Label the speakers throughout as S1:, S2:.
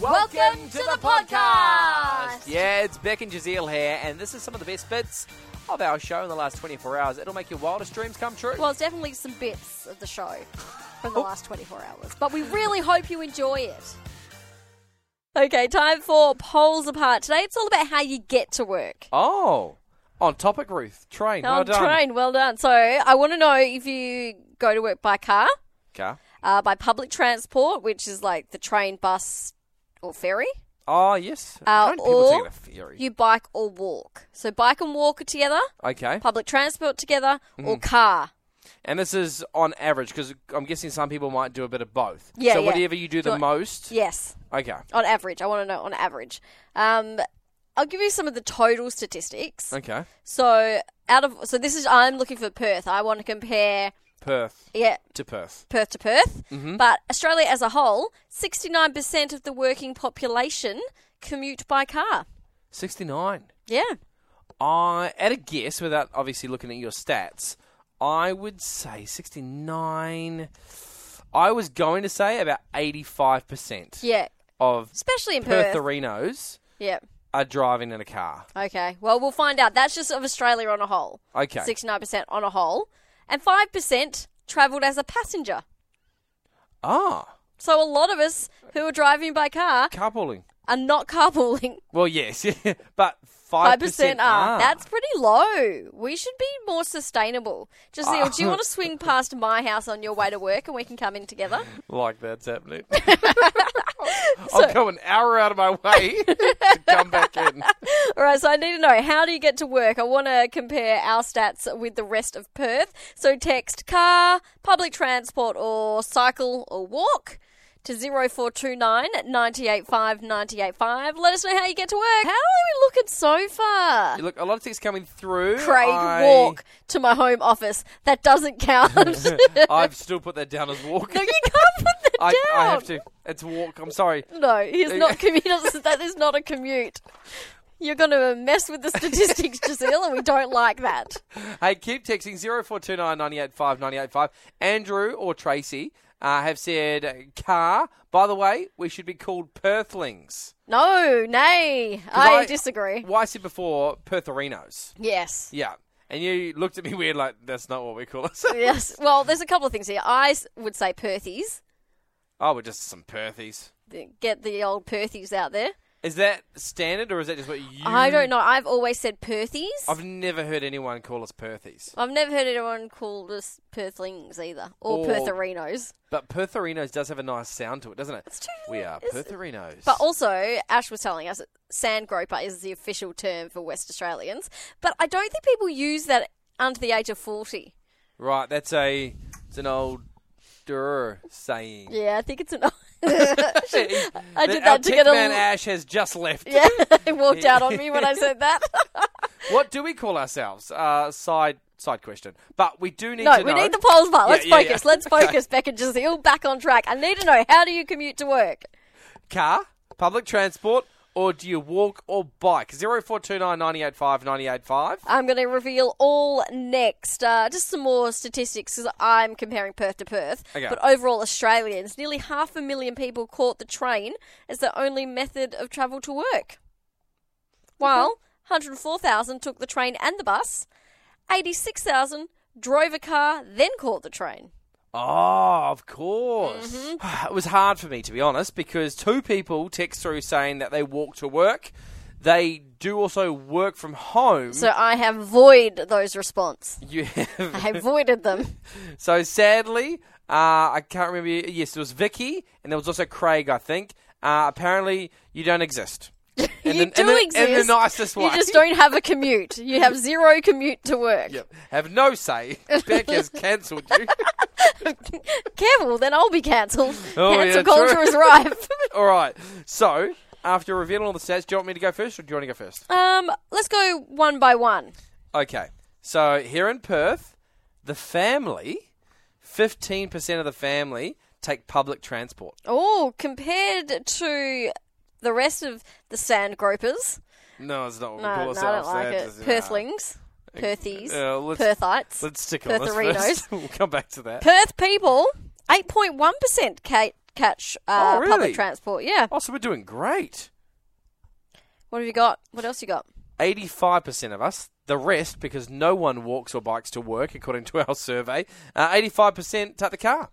S1: Welcome to the podcast.
S2: Yeah, it's Beck and Jazeel here, and this is some of the best bits of our show in the last 24 hours. It'll make your wildest dreams come true.
S1: Well, it's definitely some bits of the show from the
S2: Oh.
S1: last 24 hours, but we really hope you enjoy it. Okay, time for polls apart. Today it's all about how you get to work.
S2: oh, on topic, Ruth. Train. well
S1: On
S2: done.
S1: train, well done. So I want to know if you go to work by car,
S2: Car.
S1: uh, by public transport, which is like the train, bus, or ferry.
S2: Oh, yes.
S1: Uh,
S2: Don't people
S1: or
S2: take the theory?
S1: You bike or walk. So bike and walk are together,
S2: okay.
S1: public transport together, or
S2: Mm.
S1: car.
S2: And this is on average, because I'm guessing some people might do a bit of both.
S1: Yeah,
S2: So
S1: yeah.
S2: whatever you do the
S1: Do it-
S2: most.
S1: Yes.
S2: Okay.
S1: On average, I want to know on average. Um, I'll give you some of the total statistics.
S2: Okay.
S1: So out of so this is I'm looking for Perth. I want to compare
S2: Perth
S1: yeah
S2: to Perth.
S1: Perth to Perth,
S2: Mm-hmm.
S1: but Australia as a whole, 69% of the working population commute by car.
S2: 69.
S1: Yeah,
S2: I, at a guess, without obviously looking at your stats, I would say 69. I was going to say about 85%
S1: yeah,
S2: of
S1: especially in Perth.
S2: Pertherinos
S1: Yeah.
S2: are driving in a car.
S1: Okay. Well, we'll find out. That's just of Australia on a whole.
S2: Okay.
S1: 69% on a whole, and 5% travelled as a passenger.
S2: Ah,
S1: So a lot of us who are driving by car
S2: carpooling.
S1: are not carpooling.
S2: Well, yes, but 5%,
S1: Five percent are. That's pretty low. We should be more sustainable. Giselle, do you want to swing past my house on your way to work and we can come in together?
S2: like that's happening. I'll go an hour out of my way to come back in.
S1: All right, so I need to know how do you get to work? I want to compare our stats with the rest of Perth. So text car, public transport, or cycle or walk to 0429 985 985. Let us know how you get to work. How are we looking so far?
S2: Look, a lot of texts coming through.
S1: Craig,
S2: I-
S1: walk to my home office. That doesn't count. no,
S2: I've still put that down as walk.
S1: you can't put that
S2: I,
S1: down.
S2: I have to. It's walk. I'm sorry.
S1: No, he's not commuting. that is not a commute. You're going to mess with the statistics, Giselle, and we don't like that.
S2: Hey, keep texting 0429 985 985. Andrew or Tracy uh, have said uh, car. By the way, we should be called Perthlings.
S1: No, nay,
S2: 'Cause
S1: I, disagree.
S2: Well, I said before Pertherinos.
S1: Yes.
S2: Yeah. And you looked at me weird like, that's not what we call us.
S1: Yes. Well, there's a couple of things here. I s- would say Perthies.
S2: oh, we're just some Perthies.
S1: Get the old Perthies out there.
S2: Is that standard or is that just what you.
S1: I don't know. I've always said Perthies. I've,
S2: I've never heard anyone call us Perthies.
S1: never heard anyone call us Perthlings either, or
S2: Or-
S1: Pertherinos.
S2: But Pertherinos does have a nice sound to it, doesn't it?
S1: It's too.
S2: We are
S1: it's-
S2: Pertherinos.
S1: But also, Ash was telling us that sand groper is the official term for West Australians. But I don't think people use that under the age of 40.
S2: right, that's a. It's an old. Saying.
S1: Yeah, I think it's an. I
S2: I
S1: did that to get a.
S2: man
S1: l-
S2: Ash has just left.
S1: Yeah, it walked out on me when I said that.
S2: What do we call ourselves? Uh, side side question. But we do need
S1: no,
S2: to
S1: we
S2: know.
S1: need the polls part. Let's
S2: yeah, yeah.
S1: focus. Let's focus, Beck and Giselle, back on track. I need to know how do you commute to work?
S2: car, public transport, or do you walk or bike? Zero four two nine ninety eight five ninety eight five.
S1: I'm going to reveal all next. Uh, just some more statistics because I'm comparing Perth to Perth.
S2: Okay.
S1: But overall, Australians, nearly half a million people caught the train as their only method of travel to work. While 104,000 took the train and the bus, 86,000 drove a car, then caught the train.
S2: Oh, of course.
S1: Mm-hmm.
S2: It was hard for me to be honest because two people text through saying that they walk to work. They do also work from home.
S1: So I have void those response.
S2: you have
S1: I avoided them.
S2: So sadly, uh, I can't remember. Yes, there was Vicky, and there was also Craig. I think. Uh, apparently, you don't exist. In
S1: You
S2: the- in
S1: do
S2: the,
S1: exist.
S2: in the nicest way.
S1: You just don't have a commute. You have zero commute to work.
S2: Yep. Have no say. Beck has cancelled you.
S1: Careful, then I'll be cancelled.
S2: Oh,
S1: Cancel
S2: yeah,
S1: culture
S2: true.
S1: is rife.
S2: All right. So after revealing all the stats, do you want me to go first, or do you want to go first?
S1: um, let's go one by one.
S2: Okay. So here in Perth, the family, fifteen percent of the family take public transport.
S1: Oh, compared to the rest of the sand gropers,
S2: No, it's not what
S1: no,
S2: we call
S1: no, I don't
S2: ourselves.
S1: like it.
S2: That's- nah.
S1: Perthlings, Perthies,
S2: Uh, let's-
S1: Perthites,
S2: Let's stick on this
S1: Pertherinos.
S2: first. we'll come back to that.
S1: Perth people. Eight point one percent catch uh,
S2: Oh, really?
S1: public transport. Yeah.
S2: Oh, so we're doing great.
S1: What have you got? What else you got?
S2: 85% of us, the rest, because no one walks or bikes to work, according to our survey, uh, 85% take the car.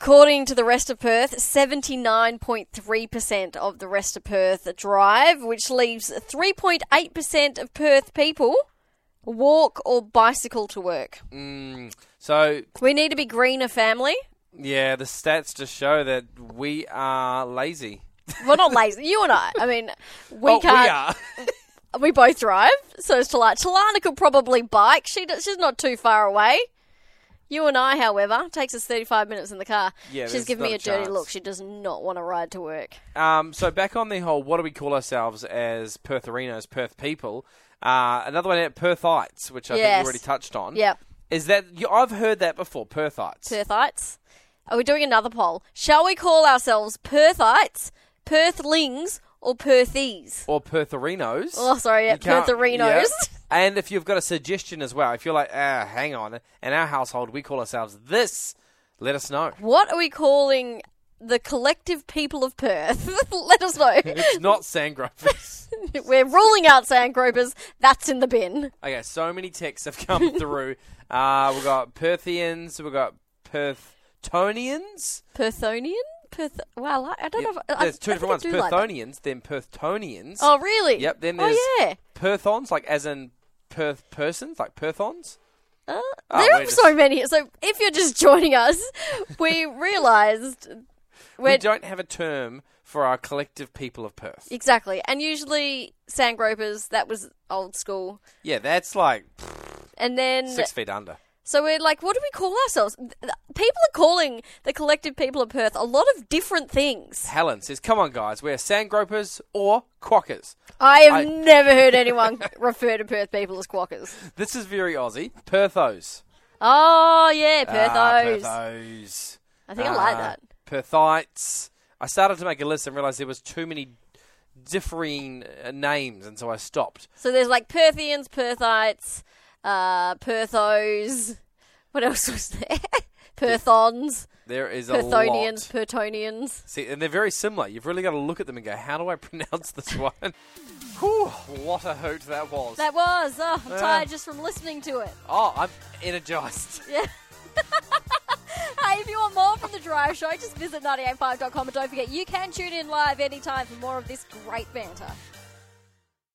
S1: According to the rest of Perth, 79.3% of the rest of Perth drive, which leaves 3.8% of Perth people walk or bicycle to work.
S2: Mm. So,
S1: We need to be greener family.
S2: yeah, the stats just show that we are lazy.
S1: Well, not lazy. You and I. I mean, we
S2: oh,
S1: can't.
S2: we are.
S1: We both drive, so it's Talana. Talana could probably bike. She does, she's not too far away. You and I, however, takes us 35 minutes in the car.
S2: Yeah,
S1: she's
S2: there's
S1: giving me
S2: not
S1: a
S2: a
S1: dirty
S2: chance.
S1: look. She does not want to ride to work.
S2: Um, so back on the whole, what do we call ourselves as Pertherinos, Perth people? Uh, another one, Perthites, which I think
S1: Yes.
S2: you already touched on.
S1: Yep.
S2: Is that you, I've heard that before, Perthites.
S1: Perthites. Are we doing another poll? Shall we call ourselves Perthites, Perthlings, or Perthies?
S2: or Pertherinos.
S1: Oh, sorry, yeah,
S2: You can't-
S1: Pertherinos.
S2: yeah. And if you've got a suggestion as well, if you're like, ah, hang on, in our household we call ourselves this, let us know.
S1: What are we calling the collective people of Perth? Let us know.
S2: It's not Sangrovis.
S1: We're ruling out sandgropers. That's in the bin.
S2: okay, so many texts have come through. Uh, we've got Perthians, we've got Perthtonians.
S1: Perthonian? Perth. Well, I, I don't know. If, I,
S2: There's two
S1: I think I
S2: different ones:
S1: do like that.
S2: Perthonians, then Perthtonians.
S1: oh, really?
S2: Yep. Then
S1: Oh,
S2: there's
S1: yeah.
S2: Perthons, like as in Perth persons, like Perthons.
S1: Uh,
S2: Oh,
S1: there are
S2: we're
S1: so many. So if you're just joining us, we realised
S2: We
S1: we're
S2: don't have a term for our collective people of Perth.
S1: exactly, and usually sandgropers. That was old school,
S2: Yeah, that's like pff,
S1: and then
S2: six feet under.
S1: so we're like, what do we call ourselves? Th- th- People are calling the collective people of Perth a lot of different things.
S2: Helen says, "Come on, guys, we're sandgropers or quackers."
S1: I have
S2: I-
S1: never heard anyone refer to Perth people as quackers.
S2: This is very Aussie. Perthos.
S1: Oh yeah,
S2: Ah,
S1: Perthos.
S2: Perthos.
S1: I think I like
S2: Ah,
S1: that.
S2: Perthites. I started to make a list and realised there was too many differing uh, names, and so I stopped.
S1: So there's like Perthians, Perthites, uh, Perthos. What else was there? Perthons,
S2: There is a lot.
S1: Perthonians, Pertonians.
S2: See, and they're very similar. You've really got to look at them and go, how do I pronounce this one? Whew, what a hoot that was.
S1: That was. Oh, I'm
S2: Yeah.
S1: tired just from listening to it.
S2: oh, I'm energized.
S1: Yeah. hey, if you want more from The Drive Show, just visit 985.com and don't forget you can tune in live anytime for more of this great banter.